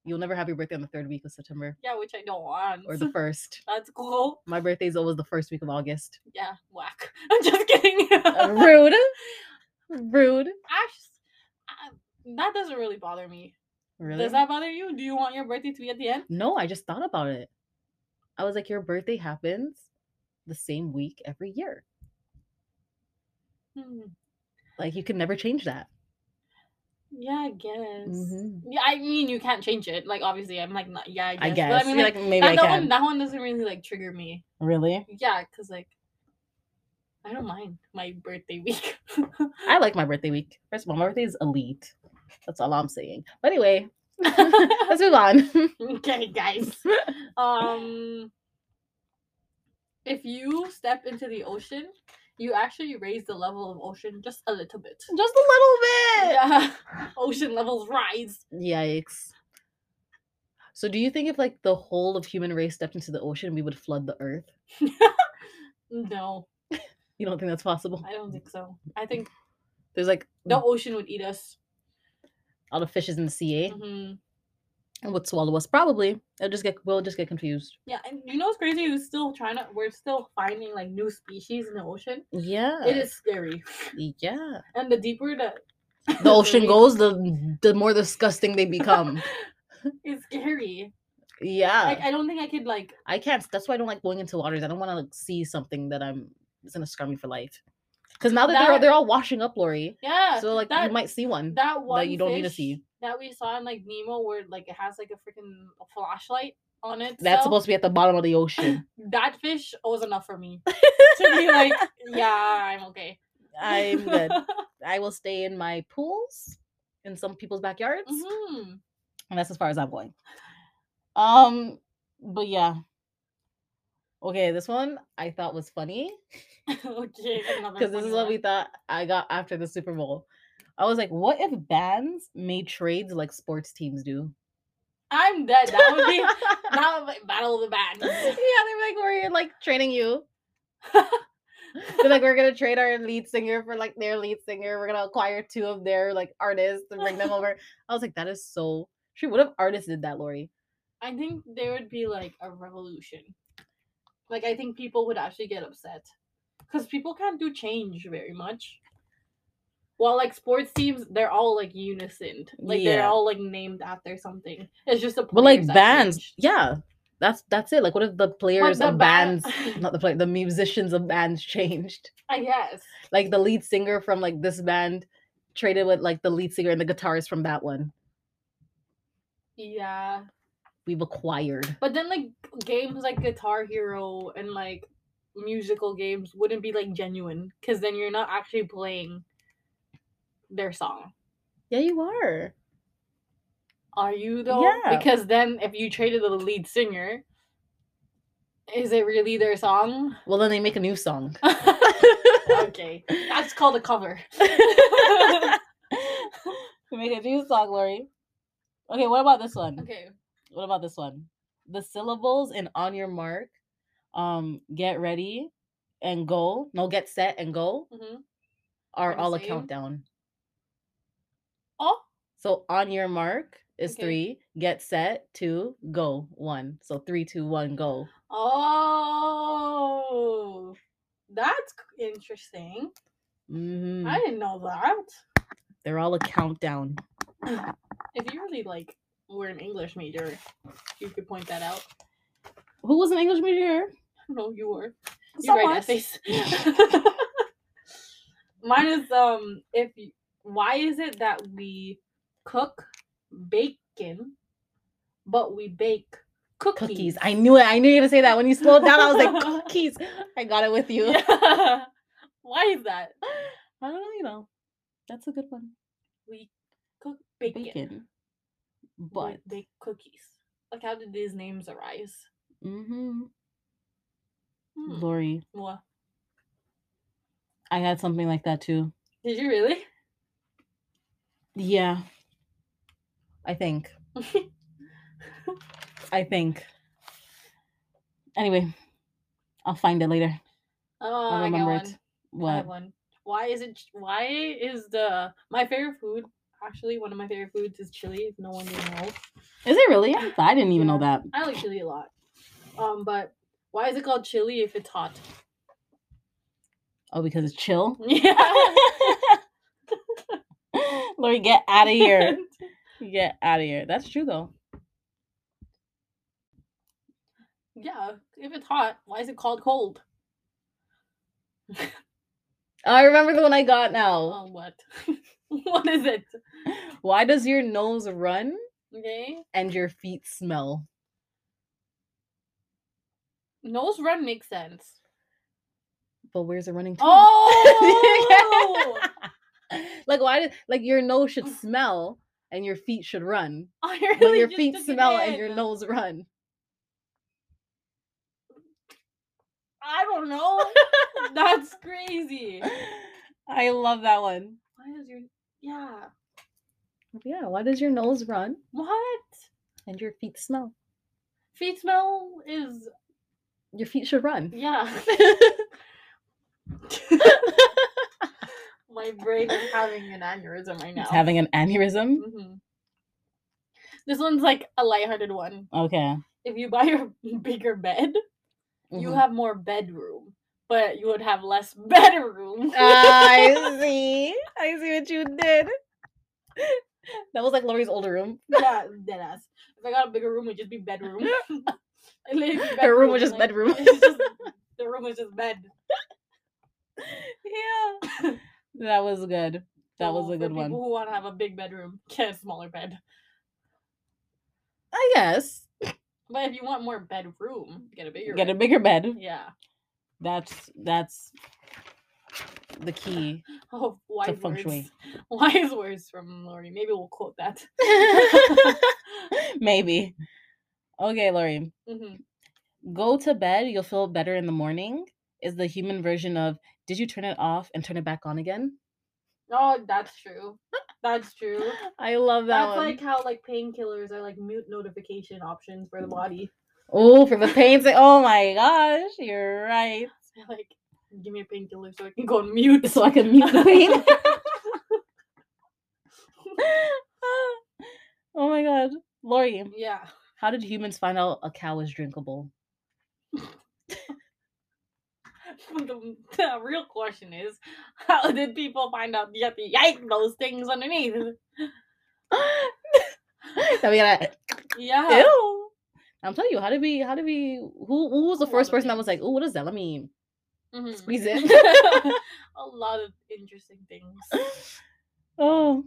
B: You'll never have your birthday on the third week of September
C: Yeah, which I don't want.
B: or the first.
C: That's cool.
B: My birthday is always the first week of August.
C: Yeah, whack. I'm just kidding.
B: Uh, rude. Rude.
C: Ash, uh, that doesn't really bother me.
B: Really?
C: Does that bother you? Do you want your birthday to be at the end?
B: No, I just thought about it. I was like, your birthday happens the same week every year.
C: Hmm.
B: Like you can never change that.
C: Yeah, I guess.
B: Mhm.
C: Yeah, I mean, you can't change it. Like, obviously, I'm like, not, yeah, I guess.
B: I
C: But
B: guess.
C: I mean, like,
B: maybe
C: that, that one, that one doesn't really like trigger me.
B: Really?
C: Yeah, cause like, I don't mind my birthday week.
B: I like my birthday week. First of all, my birthday is elite. That's all I'm saying. But anyway, let's move on.
C: okay, guys. Um, if you step into the ocean, you actually raise the level of ocean just a little bit.
B: Just a little bit.
C: Yeah, ocean levels rise.
B: Yikes. So do you think if like the whole of human race stepped into the ocean, we would flood the earth?
C: No,
B: You don't think that's possible?
C: I don't think so. I think
B: There's like
C: the ocean would eat us.
B: all the fishes in the sea, eh?
C: hmm
B: and would swallow us. Probably. It'll just get we'll just get confused.
C: Yeah, and you know what's crazy? We're still trying to. We're still finding like new species in the ocean.
B: Yeah.
C: It is scary,
B: Yeah.
C: and the deeper the
B: The ocean
C: we-
B: goes, the the more disgusting they become.
C: it's scary.
B: Yeah.
C: Like I don't think I could like.
B: I can't. That's why I don't like going into waters. I don't want to like, see something that I'm is gonna scar me for life. Because now that, they're
C: That-
B: they're all washing up, Lori.
C: Yeah,
B: So like
C: that-
B: you might see one.
C: that one
B: you don't need to
C: fish
B: see.
C: that we saw in like Nemo, where like it has like a freaking flashlight on it.
B: That's supposed to be at the bottom of the ocean.
C: That fish was enough for me to be like, yeah, I'm okay.
B: I'm good. I will stay in my pools, in some people's backyards,
C: hmm
B: and that's as far as I'm going. Um, but yeah. Okay, this one I thought was funny.
C: okay,
B: because this is what we thought I got after the Super Bowl. I was like, what if bands made trades like sports teams do?
C: I'm dead. That would be that would be battle of the
B: yeah,
C: bands.
B: they're like, we're like training you. They're like, we're gonna trade our lead singer for like their lead singer. We're gonna acquire two of their like artists and bring them over. I was like, that is so true. What if artists did that, Lori?
C: I think there would be like a revolution. Like I think people would actually get upset because people can't do change very much. While like sports teams, they're all like unisoned, like they're
B: Yeah.
C: all like named after something. It's just a
B: But like
C: players that
B: bands,
C: change.
B: yeah. That's that's it. Like, what if the players
C: the
B: of
C: ban-
B: bands, not the play, the musicians of bands changed?
C: I guess.
B: like the lead singer from like this band traded with like the lead singer and the guitarist from that one
C: Yeah,
B: we've acquired
C: but then like games like Guitar Hero and like musical games wouldn't be like genuine because then you're not actually playing their song.
B: yeah you are
C: Are you though?
B: Yeah.
C: Because then if you traded the lead singer, is it really their song?
B: well then they make a new song
C: okay. That's called a cover.
B: we make a new song lori okay what about this one
C: okay.
B: what about this one the syllables in on your mark um get ready and go no get set and go
C: hmm
B: are
C: Are the
B: all a
C: same?
B: countdown
C: Oh,
B: So on your mark is
C: Okay.
B: three. Get set, two, go, one. So three, two, one, go.
C: oh, that's c- interesting.
B: Mhm.
C: I didn't know that.
B: They're all a countdown.
C: If you really like were an English major, you could point that out.
B: Who was an English major? here?
C: No, you were. You
B: Someone.
C: write essays. Mine is um if y- why is it that we cook bacon but we bake cookies?
B: Cookies. I knew it. I knew you were gonna say that. When you slowed down, I was like, cookies. I got it with you.
C: Yeah. Why is that?
B: I don't know, you know. That's a good one.
C: We cook bacon,
B: Bacon.
C: we
B: But
C: bake cookies. Like how did these names arise?
B: hmm
C: Hmm.
B: Lori,
C: What?
B: I had something like that too.
C: Did you really?
B: Yeah. I think.
C: Oh,
B: I think. Anyway, I'll find it later.
C: Oh,
B: I'll
C: I got
B: remember
C: one.
B: it.
C: I have
B: What?
C: one. Why is it? ch- Why is the my favorite food? Actually, one of my favorite foods is chili. If no one didn't know,
B: Is it really? I didn't even know
C: Yeah.
B: that.
C: I like chili a lot. Um, but why is it called chili if it's hot?
B: Oh, because it's chill.
C: Yeah.
B: Lori, get out of here. Get out of here. That's true though.
C: yeah. If it's hot, why is it called cold?
B: Oh, I remember the one I got now.
C: Oh, what? what is it? Oh.
B: Why does your nose run
C: Okay.
B: and your feet smell?
C: Nose run makes sense.
B: But where's it running to?
C: Oh.
B: like why? Did, like your nose should smell and your feet should run.
C: I
B: When
C: really
B: your
C: just
B: feet
C: took it
B: smell and your
C: in.
B: nose run.
C: I don't know. That's crazy.
B: I love that one.
C: Why does your yeah?
B: Yeah. Why does your nose run
C: What?
B: and your feet smell?
C: Feet smell is
B: Your feet should run.
C: yeah. My brain is having an aneurysm right now.
B: It's having an aneurysm.
C: Mhm. This one's like a lighthearted one.
B: Okay.
C: If you buy your bigger bed, you
B: Mhm.
C: have more bedroom, but you would have less bedroom.
B: Ah, I see. I see what you did. That was like Lori's older room.
C: yeah, deadass. If I got a bigger room, it'd just be bedroom. It'd literally be
B: Her room was just
C: like,
B: bedroom.
C: it's just- the room was just bed.
B: Yeah. Oh, That was good. That was
C: So
B: a
C: for
B: good one.
C: People who want to have a big bedroom, get a smaller bed.
B: I guess.
C: But if you want more bedroom, get a bigger.
B: Get a
C: room.
B: bigger bed.
C: Yeah.
B: That's that's the key.
C: Oh, wise
B: feng
C: words.
B: shui.
C: Wise words from Lori. Maybe we'll quote that.
B: Maybe. Okay, Lori.
C: hmm
B: Go to bed, you'll feel better in the morning is the human version of did you turn it off and turn it back on again?
C: Oh, that's true. That's true.
B: I love that
C: That's
B: one.
C: like how like painkillers are like mute notification options for the body.
B: Oh, for the pains. Oh my gosh, you're right.
C: Like, give me a painkiller so I can go on mute.
B: So I can mute the pain. oh my god. Lori,
C: yeah.
B: how did humans find out a cow is drinkable?
C: the, the real question is, how did people find out you have to yank those things underneath?
B: Now we gotta
C: Yeah.
B: ew. I'm telling you, how did we how did we who who was the
C: A lot
B: first
C: of
B: person that was like,
C: things.
B: oh what is that? Let me
C: Mhm.
B: squeeze it.
C: a lot of interesting things.
B: oh.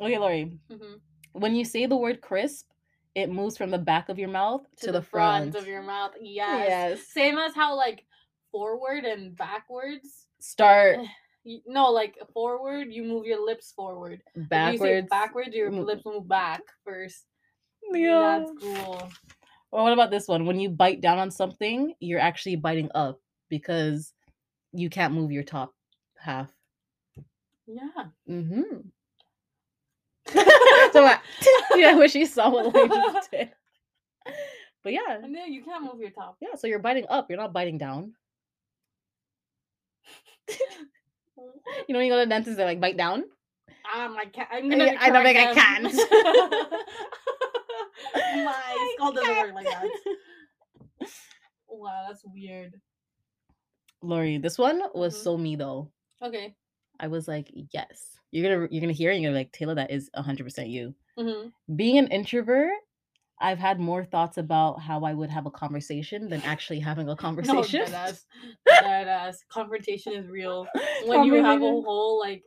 B: Okay, Lori.
C: Mhm.
B: When you say the word crisp, it moves from the back of your mouth to, the, front.
C: of your mouth. Yes. Same as how like forward and backwards.
B: Start
C: You, no, like forward, you move your lips forward. If you say
B: backwards.
C: backwards, your
B: move-
C: lips move back first.
B: Yeah.
C: That's cool.
B: Or what about this one? When you bite down on something, you're actually biting up because you can't move your top half.
C: Yeah.
B: Mm-hmm. so I, yeah, I wish you saw what Lori just did. But yeah,
C: And then you can't move your top.
B: yeah. So you're biting up. You're not biting down. You know, when you go to the dentist, they like bite down.
C: Um, I can't. I'm gonna.
B: I don't think I
C: correct
B: can.
C: them. My
B: I
C: skull doesn't work
B: can't.
C: like that. Wow, that's weird.
B: Lori, this one was
C: Mhm.
B: so me though.
C: Okay.
B: I was like, yes, you're gonna you're gonna hear it. And you're gonna be like Taylor. That is 100 percent you.
C: hmm
B: being an introvert, I've had more thoughts about how I would have a conversation than actually having a
C: Oh,
B: conversation.
C: No, deadass. Deadass. Confrontation is real. When you have a
B: Conversation.
C: whole like,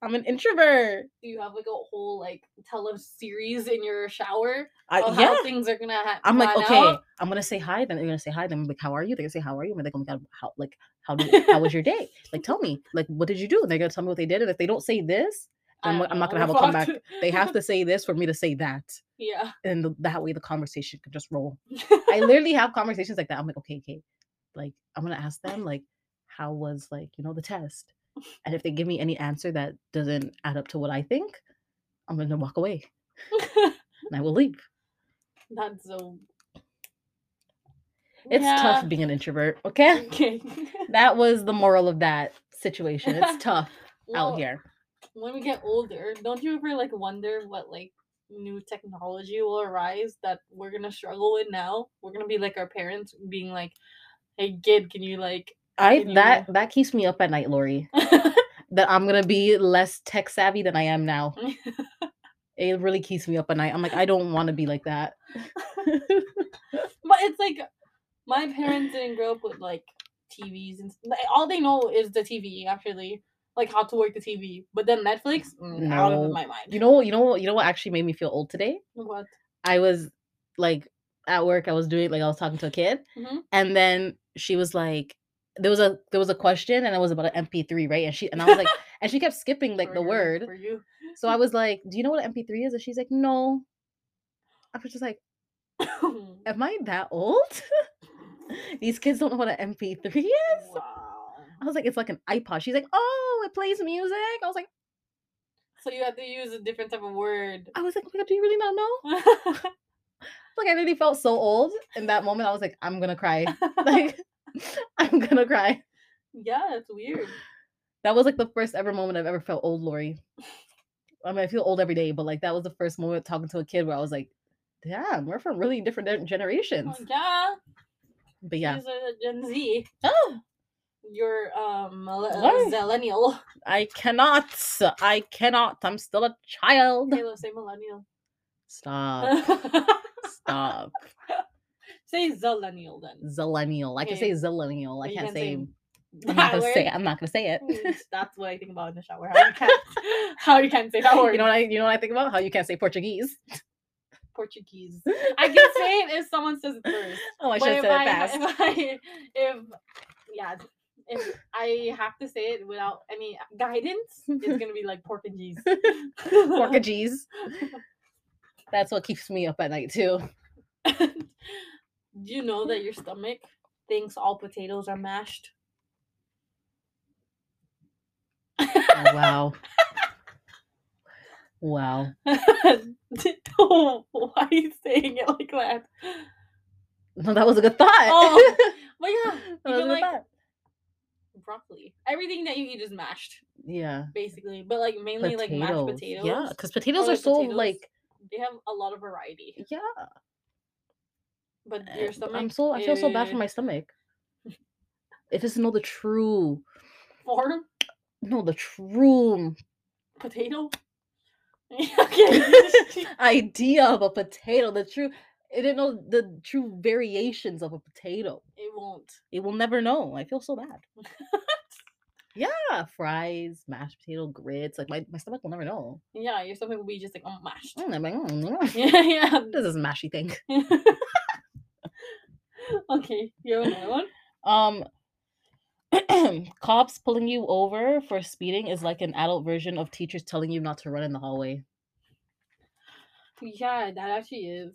B: I'm an introvert.
C: you have like a whole like tele series in your shower
B: I,
C: of
B: Uh, yeah.
C: Oh, how things are gonna happen.
B: I'm like, okay, I'm gonna say hi. Then they're gonna say hi. Then I'm like, how are you? They're gonna say, how are you? And they're gonna, go, how, like, how did, how was your day? Like, tell me, like, what did you do? And they're gonna tell me what they did. And if they don't say this, I'm- I'm not gonna have a comeback. they have to say this for me to say that,
C: yeah.
B: and th- that way the conversation can just roll. I literally have conversations like that. I'm like, okay, okay, like I'm gonna ask them like, how was like you know the test, and if they give me any answer that doesn't add up to what I think, I'm gonna walk away and I will leave.
C: That's so.
B: It's
C: Yeah.
B: tough being an introvert. Okay,
C: Okay.
B: that was the moral of that situation. It's tough
C: Well,
B: out here.
C: when we get older, don't you ever like wonder what like new technology will arise that we're gonna struggle with now? We're gonna be like our parents being like, "Hey, kid, can you like?"
B: I
C: Can
B: that
C: you-
B: that keeps me up at night, Lori. That I'm gonna be less tech savvy than I am now. It really keeps me up at night. I'm like, I don't want to be like that.
C: But it's like my parents didn't grow up with like TVs and s- like, all they know is the TV actually, like how to work the TV. But then Netflix, mm, out of
B: No.
C: my mind.
B: you know, what- you know, what- you know what actually made me feel old today?
C: what?
B: I was like at work. I was doing like I was talking to a kid,
C: Mhm.
B: and then she was like, there was a there was a question, and it was about an MP3, right? And she and I was like, and she kept skipping like
C: For
B: the
C: you-
B: word.
C: for you.
B: So I was like, do you know what an MP3 is? And she's like, no. I was just like, am I that old? These kids don't know what an MP3 is.
C: wow.
B: I was like, it's like an iPod. She's like, oh, it plays music. I was like,
C: So you have to use a different type of word.
B: I was like, oh my god, do you really not know? Like I really felt so old in that moment. I was like, I'm gonna cry. Like, I'm gonna cry.
C: yeah, it's weird.
B: That was like the first ever moment I've ever felt old, Lori. I mean, I feel old every day, but like that was the first moment talking to a kid where I was like, damn, we're from really different gen- generations.
C: Well, yeah,
B: But yeah.
C: these are the Gen Z.
B: Oh,
C: You're um
B: Why?
C: mille- millennial.
B: I cannot. I cannot. I'm still a child.
C: Taylor, say millennial.
B: Stop. Stop.
C: say zillennial then.
B: Zillennial. I can
C: Okay.
B: say zillennial. I
C: But you
B: can't
C: can't
B: say.
C: say
B: I'm not
C: That
B: gonna say.
C: word.
B: It. I'm not gonna say it.
C: Mm, That's what I think about in the shower. How you can't, how you can't say that word.
B: You know what I? You know what I think about? How you can't say Portuguese.
C: Portuguese. I can say it if someone says it first.
B: Oh, I
C: But
B: should have
C: if
B: said it
C: I-
B: fast.
C: If, I, if yeah, if I have to say it without any guidance, it's gonna be like Portuguese.
B: Portuguese. That's what keeps me up at night too.
C: Do you know that your stomach thinks all potatoes are mashed?
B: Oh, wow. Wow.
C: Why are you saying it like that?
B: No, that was a good thought.
C: Oh, But yeah,
B: that
C: you
B: was
C: can
B: a good
C: like
B: thought.
C: broccoli. Everything that you eat is mashed,
B: Yeah.
C: basically. But like mainly like mashed potatoes.
B: Yeah, because potatoes
C: Or,
B: are
C: like,
B: so
C: potatoes.
B: like.
C: They have a lot of variety.
B: Yeah.
C: But
B: Uh,
C: your stomach
B: I'm so I feel so bad for
C: is
B: my stomach. It doesn't know the true,
C: form
B: no, the true
C: potato. okay.
B: idea of a potato. The true, it didn't know the true variations of a potato.
C: It won't.
B: It will never know. I feel so bad. yeah, fries, mashed potato, grits. Like my, my stomach will never know.
C: Yeah, your stomach will be just like oh mashed.
B: Mm, I'm like, mm,
C: yeah, yeah.
B: this is a mashy thing.
C: okay, you have another one?
B: Um, cops pulling you over for speeding is like an adult version of teachers telling you not to run in the hallway.
C: Yeah, that actually is.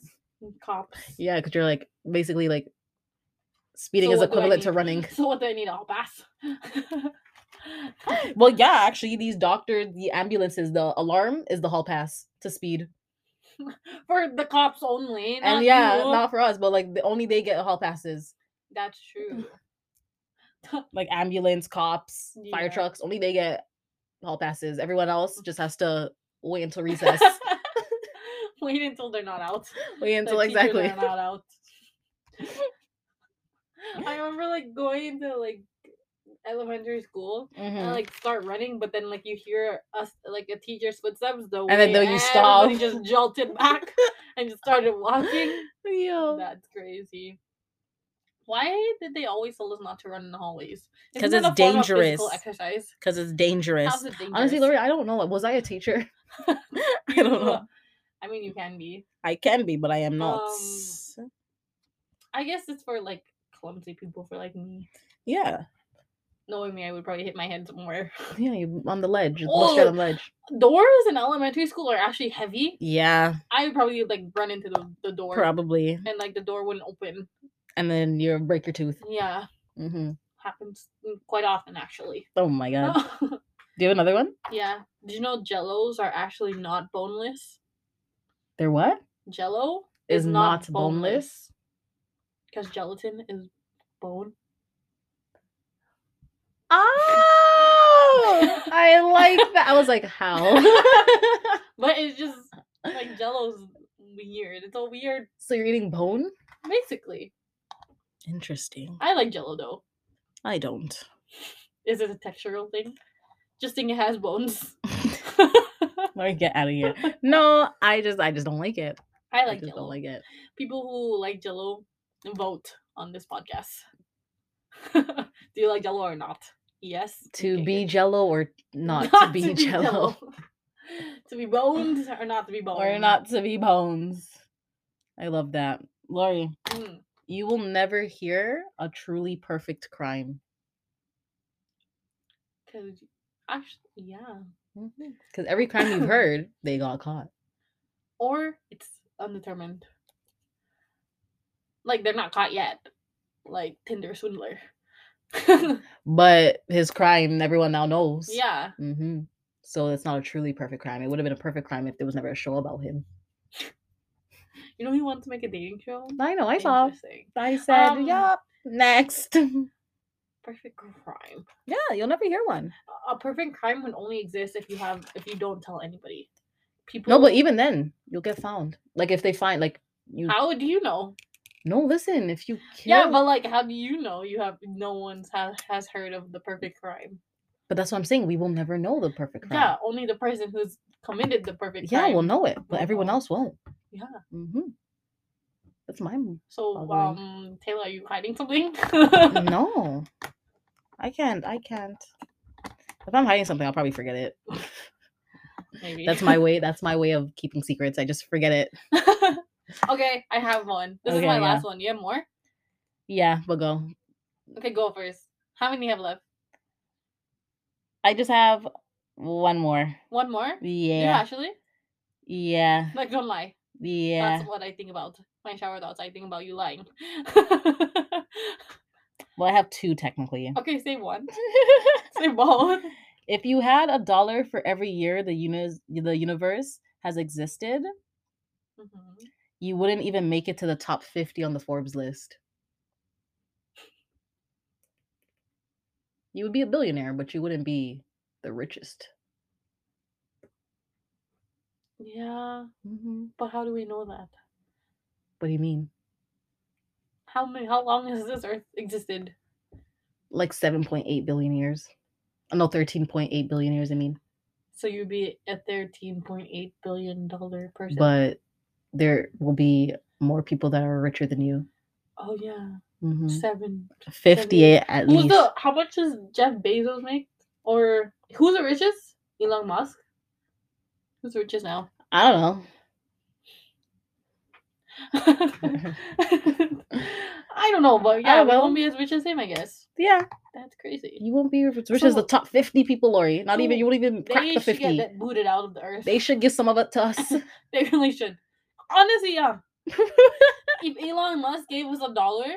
C: Cops.
B: Yeah, because you're like basically like speeding
C: So
B: is
C: what do I
B: equivalent to
C: need?
B: running.
C: So what do I need? I'll pass.
B: Well, yeah, actually, these doctors, the ambulances, the alarm is the hall pass to speed,
C: For the cops only. Not
B: and yeah,
C: you.
B: not for us, but like the only they get hall passes,
C: that's true.
B: like ambulance, cops, fire
C: Yeah. Mm.
B: trucks, only they get hall passes. Everyone else just has to wait until recess.
C: Wait until they're not out.
B: wait
C: The
B: until
C: teacher, they're
B: exactly.
C: not out. I remember like going to like elementary school and
B: Mhm.
C: like start running, but then like you hear us like a teacher's footsteps, the
B: then
C: way
B: though you stop.
C: everybody just jolted back and just started walking.
B: Yo.
C: That's crazy. Why did they always tell us not to run in the hallways?
B: 'Cause
C: Isn't that
B: it's
C: a form of physical
B: dangerous.
C: Exercise.
B: because it's dangerous.
C: How's it dangerous?
B: Honestly, Lori, I don't know. Was I a teacher? I
C: You-
B: don't know.
C: I mean, you can be.
B: I can be, but I am not.
C: Um, I guess it's for like clumsy people, for like me.
B: yeah,
C: Knowing me, I would probably hit my head somewhere.
B: yeah, you on the ledge, oh, straight
C: Oh.
B: on the ledge.
C: Doors in elementary school are actually heavy.
B: Yeah,
C: I would probably like run into the, the door
B: probably.
C: and like the door wouldn't open.
B: And then you break your tooth.
C: Yeah,
B: hmm
C: happens quite often actually.
B: Oh my god! Do you have another one?
C: yeah. Did you know jellos are actually not boneless?
B: They're what?
C: Jello
B: Is not boneless.
C: because gelatin is bone.
B: Oh, I like that. I was like, how?
C: but it's just like Jello's weird. It's a weird,
B: so you're eating bone?
C: basically.
B: Interesting.
C: I like Jello though.
B: I don't.
C: Is it a textural thing? Just think it has bones.
B: Like, get out of here. No, I just, I just don't like it.
C: I
B: I,
C: like
B: just
C: Jello.
B: don't like it.
C: People who like Jello vote on this podcast. Do you like Jello or not? Yes.
B: To
C: Okay,
B: be
C: good.
B: Jello or not, to be Jello,
C: to be boned or not to be boned.
B: or not to be bones. I love that, Lori.
C: Mm.
B: You will never hear a truly perfect crime
C: 'Cause you- actually, yeah.
B: because every crime you've heard, they got caught.
C: or it's undetermined. Like they're not caught yet. Like Tinder swindler.
B: But his crime, everyone now knows.
C: yeah.
B: hmm So it's not a truly perfect crime. It would have been a perfect crime if there was never a show about him.
C: You know he wants to make a dating show?
B: I know. I saw.
C: Interesting.
B: I said,
C: Um,
B: "Yup, next."
C: Perfect crime.
B: yeah, you'll never hear one.
C: A- A perfect crime would only exist if you have if you don't tell anybody. People
B: No, but even then, you'll get found. Like if they find, like you.
C: how do you know?
B: No, listen. If you kill,
C: Yeah, but like how do you know you have no one's ha- has heard of the perfect crime?
B: But that's what I'm saying. We will never know the perfect crime.
C: Yeah, only the person who's committed the perfect
B: yeah,
C: crime.
B: we'll know it, but
C: We'll
B: everyone
C: know.
B: else won't.
C: Yeah.
B: hmm That's my m-
C: So
B: Probably. Mm,
C: um Taylor, are you hiding something?
B: no. I can't. I can't. If I'm hiding something, I'll probably forget it.
C: Maybe.
B: That's my way. That's my way of keeping secrets. I just forget it.
C: okay, I have one. This is
B: Okay,
C: my
B: yeah.
C: last one. You have more?
B: Yeah, but go.
C: Okay, go first. How many have left?
B: I just have one more.
C: One more? You
B: Yeah.
C: actually?
B: Yeah.
C: Like, don't lie.
B: Yeah.
C: That's what I think about my shower thoughts. I think about you lying.
B: Well, I have two technically.
C: okay, say one.
B: Oh.
C: Say both.
B: if you had a dollar for every year the uni- the universe has existed, Mm-hmm.
C: Mhm.
B: you wouldn't even make it to the top 50 on the Forbes list. You would be a billionaire, but you wouldn't be the richest.
C: Yeah,
B: Mm-hmm.
C: but how do we know that?
B: What do you mean?
C: How many? How long has this earth existed?
B: Like 7.8 billion years. Uh, No, 13.8 billion years, I mean.
C: So you'd be a thirteen point eight billion dollar person.
B: But there will be more people that are richer than you.
C: oh yeah,
B: Mhm.
C: seven
B: 58 at
C: Who's
B: least.
C: the? How much does Jeff Bezos make? Or who's the richest? Elon Musk. Who's the richest now?
B: I don't know.
C: I don't know, but yeah,
B: don't
C: we won't
B: know.
C: be as rich as him, I guess.
B: Yeah,
C: That's crazy.
B: you won't be rich rich as the
C: So-
B: top 50 people, Lori. Not even,
C: so
B: you won't even crack
C: They
B: the
C: should
B: 50.
C: get that booted out of the earth.
B: They should give some of it to us.
C: They really should. Honestly, yeah. if Elon Musk gave us a dollar,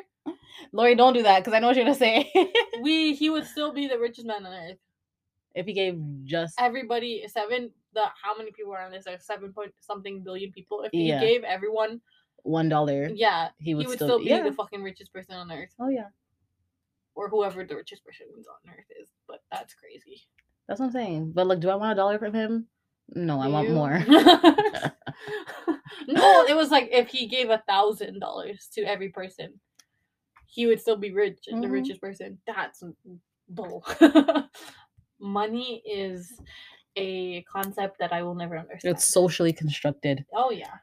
B: Lori, don't do that because I know what you're gonna say.
C: we he would still be the richest man on earth.
B: if he gave just
C: Everybody seven the how many people are on this earth? Seven point something billion people. If
B: Yeah.
C: he gave everyone
B: one dollar,
C: yeah,
B: he would,
C: he would
B: still,
C: still be
B: yeah.
C: the fucking richest person on earth,
B: oh yeah,
C: or whoever the richest person on earth is. But that's crazy.
B: that's what I'm saying. But like, do I want a dollar from him? No, I
C: Do
B: want
C: you?
B: more.
C: no, it was like if he gave a thousand dollars to every person, he would still be rich, and the
B: Mhm.
C: richest person. That's bull. Money is a concept that I will never understand.
B: It's socially constructed.
C: oh yeah.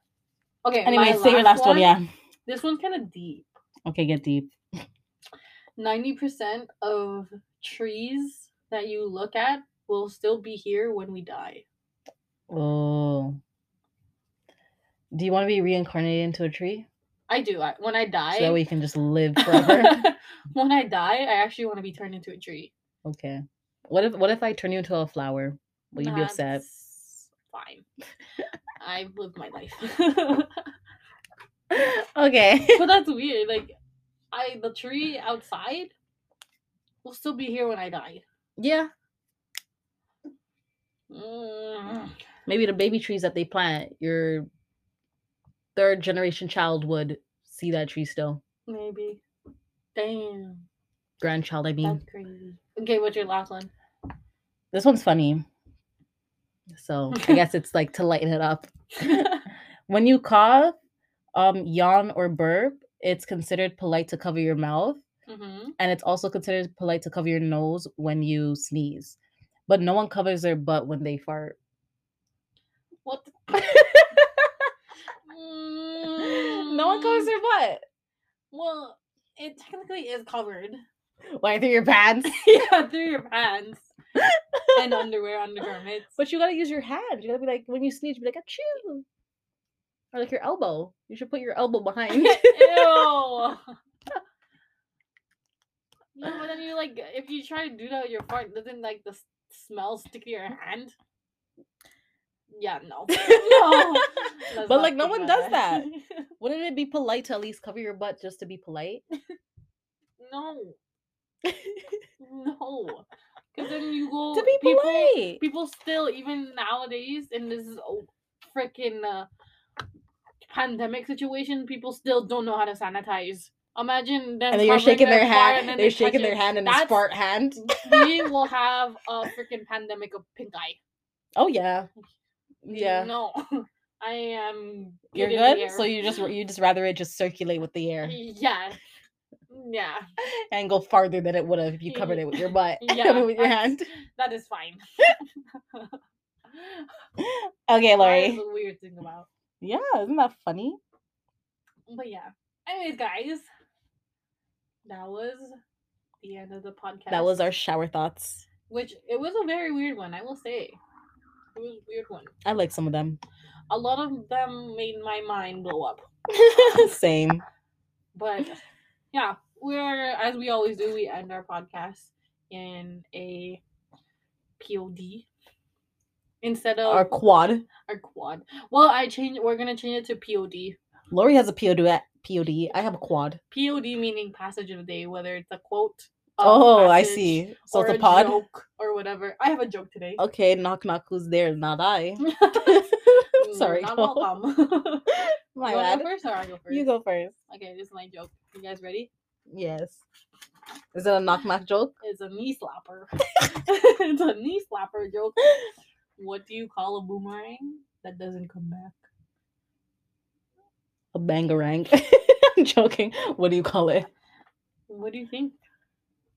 C: Okay.
B: Anyway, say your last one. Yeah.
C: This one's kind of deep.
B: Okay, get deep.
C: Ninety percent of trees that you look at will still be here when we die.
B: Oh. Do you want to be reincarnated into a tree
C: I do. I, when I die,
B: so that way you can just live forever?
C: when I die, I actually want to be turned into a tree.
B: okay. What if What if I turn you into a flower? Will you be upset?
C: That's Fine. I've lived my life.
B: okay.
C: but that's weird. Like, I the tree outside will still be here when I die.
B: yeah.
C: Mm.
B: maybe the baby trees that they plant, your third generation child would see that tree still.
C: Maybe. Damn.
B: Grandchild, I mean. Mm.
C: That's crazy. Okay, what's your last one?
B: This one's funny. So I guess it's like to lighten it up. When you cough, um, yawn, or burp, it's considered polite to cover your mouth.
C: hmm
B: And it's also considered polite to cover your nose when you sneeze. But no one covers their butt when they fart.
C: What? The...
B: No one covers their butt.
C: Mm, Well, it technically is covered.
B: Why through your pants?
C: yeah, through your pants and underwear, undergarments.
B: But you gotta use your hand. You gotta be like when you sneeze, you be like achoo. Or like your elbow. You should put your elbow behind.
C: Ew. No, but then you like if you try to do that with your fart, doesn't like the s- smell stick to your hand? Yeah, no, no. let's
B: But,
C: not
B: like, no
C: think
B: one
C: about
B: does Wouldn't it be polite to at least cover your butt just to be polite?
C: no, no, because then you go
B: to be
C: people,
B: polite.
C: People still even nowadays in this freaking uh, pandemic situation, people still don't know how to sanitize. Imagine them
B: and then you're
C: covering
B: shaking their
C: fart
B: hand.
C: and then
B: They're
C: they touch
B: shaking
C: it.
B: their hand in this
C: That's-
B: fart hand.
C: we will have a freaking pandemic of pink eye.
B: Oh yeah, yeah.
C: No, I am.
B: You're
C: in the
B: good. So
C: air.
B: you just you just rather it just circulate with the air
C: Yeah. Yeah.
B: and go farther than it would have if you covered it with your butt
C: Yeah,
B: with your
C: that's-
B: hand.
C: That is fine.
B: Okay,
C: That is
B: Lori.
C: a weird thing about.
B: Yeah, isn't that funny?
C: But yeah. Anyways, guys, that was the end of the podcast.
B: That was our shower thoughts.
C: Which it was a very weird one, I will say. It was a weird one.
B: I like some of them.
C: A lot of them made my mind blow up.
B: Same.
C: But yeah, we're as we always do, we end our podcast in a POD instead of
B: Our
C: our,
B: quad.
C: quad. Well, I change. We're gonna change it to POD.
B: Lori has a POD. at- POD. I have a quad.
C: POD meaning passage of the day, whether it's a quote. a
B: Oh, I
C: passage,
B: see. So
C: or
B: it's a pod.
C: joke or whatever. I have a joke today.
B: Okay, knock knock. Who's there? Not I. Sorry,
C: Not
B: go.
C: welcome.
B: My
C: you wanna
B: bad.
C: go first or I go first?
B: You go first.
C: Okay, this is my joke. You guys ready?
B: Yes. Is it a knock knock joke?
C: It's a knee slapper. it's a knee slapper joke. What do you call a boomerang that doesn't come back?
B: A bangarang. I'm joking. What do you call it?
C: What do you think?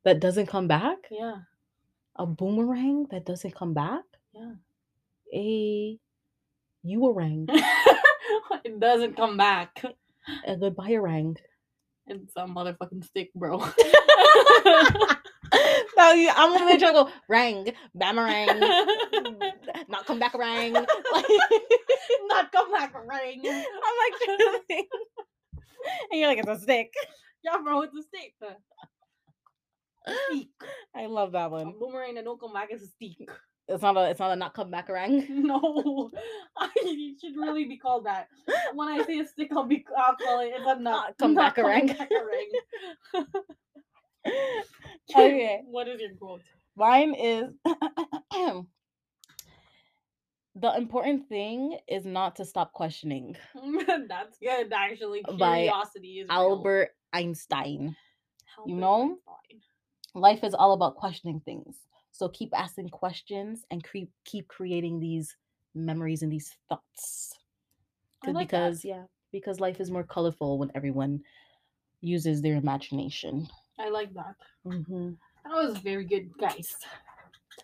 B: That doesn't come back?
C: Yeah.
B: A boomerang that doesn't come back?
C: Yeah.
B: A you a rang.
C: it doesn't come back.
B: A goodbye rang.
C: It's a motherfucking stick, bro.
B: no, you, I'm gonna make sure I go rang, bamarang, not come back rang.
C: Not come back ring.
B: I'm like, and you're like, it's a stick.
C: Yeah, bro, it's a stick. Stick.
B: I love that
C: A
B: one.
C: boomerang that don't come back is a stick.
B: It's not a, it's not a not come back rang.
C: No, I it should really be called that. When I say a stick, I'll be I'll call it. It's a nut.
B: Not come
C: not
B: back around.
C: back around.
B: Okay.
C: What is your quote?
B: Mine is the important thing is not to stop questioning.
C: That's good, actually.
B: By
C: Curiosity is real.
B: Albert Einstein.
C: Albert
B: know?
C: Einstein.
B: Life is all about questioning things. So keep asking questions and keep keep creating these memories and these thoughts.
C: I
B: 'Cause-
C: like that.
B: because yeah, because life is more colorful when everyone uses their imagination.
C: I like that.
B: Mm-hmm.
C: That was very good, guys.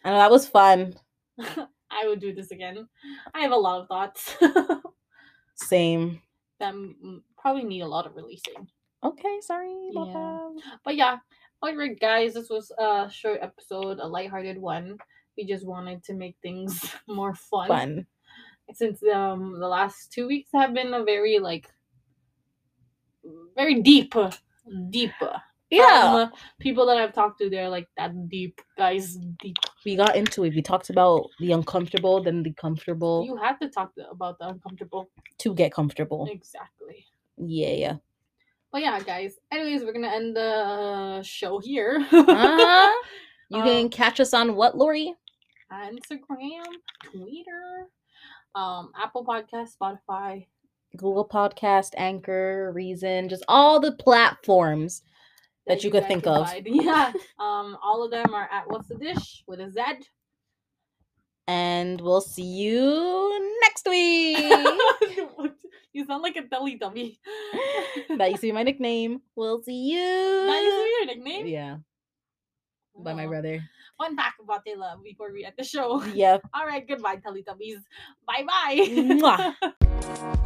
B: And that was fun.
C: I would do this again. I have a lot of thoughts
B: Same.
C: that m- probably need a lot of releasing.
B: Okay, sorry about
C: Yeah.
B: that.
C: But yeah, alright guys, this was a short episode, a lighthearted one. We just wanted to make things more fun.
B: Fun.
C: Since um the last two weeks have been a very like very deep deep
B: Yeah.
C: um, people that I've talked to, they're like that deep, guys. Deep.
B: we got into it. We talked about the uncomfortable, then the comfortable
C: You have to talk to, about the uncomfortable.
B: to get comfortable.
C: Exactly.
B: Yeah, yeah.
C: But yeah, guys. Anyways, we're gonna end the show here.
B: Uh-huh. You can
C: Um,
B: catch us on what, Lori?
C: uh, Instagram, Twitter, um, Apple Podcast, Spotify.
B: Google Podcast, Anchor, Reason, just all the platforms. That you could
C: guys
B: think
C: can
B: of.
C: find. Yeah. Um, all of them are at What's the Dish with a Z.
B: And we'll see you next week.
C: you sound like a telly dummy.
B: that used to be my nickname. We'll see you.
C: That is your nickname.
B: Yeah, by my
C: Wow.
B: brother.
C: Fun fact about Taylor before we end the show.
B: Yep.
C: All right, goodbye, Teletubbies. Bye bye.
B: Mwah.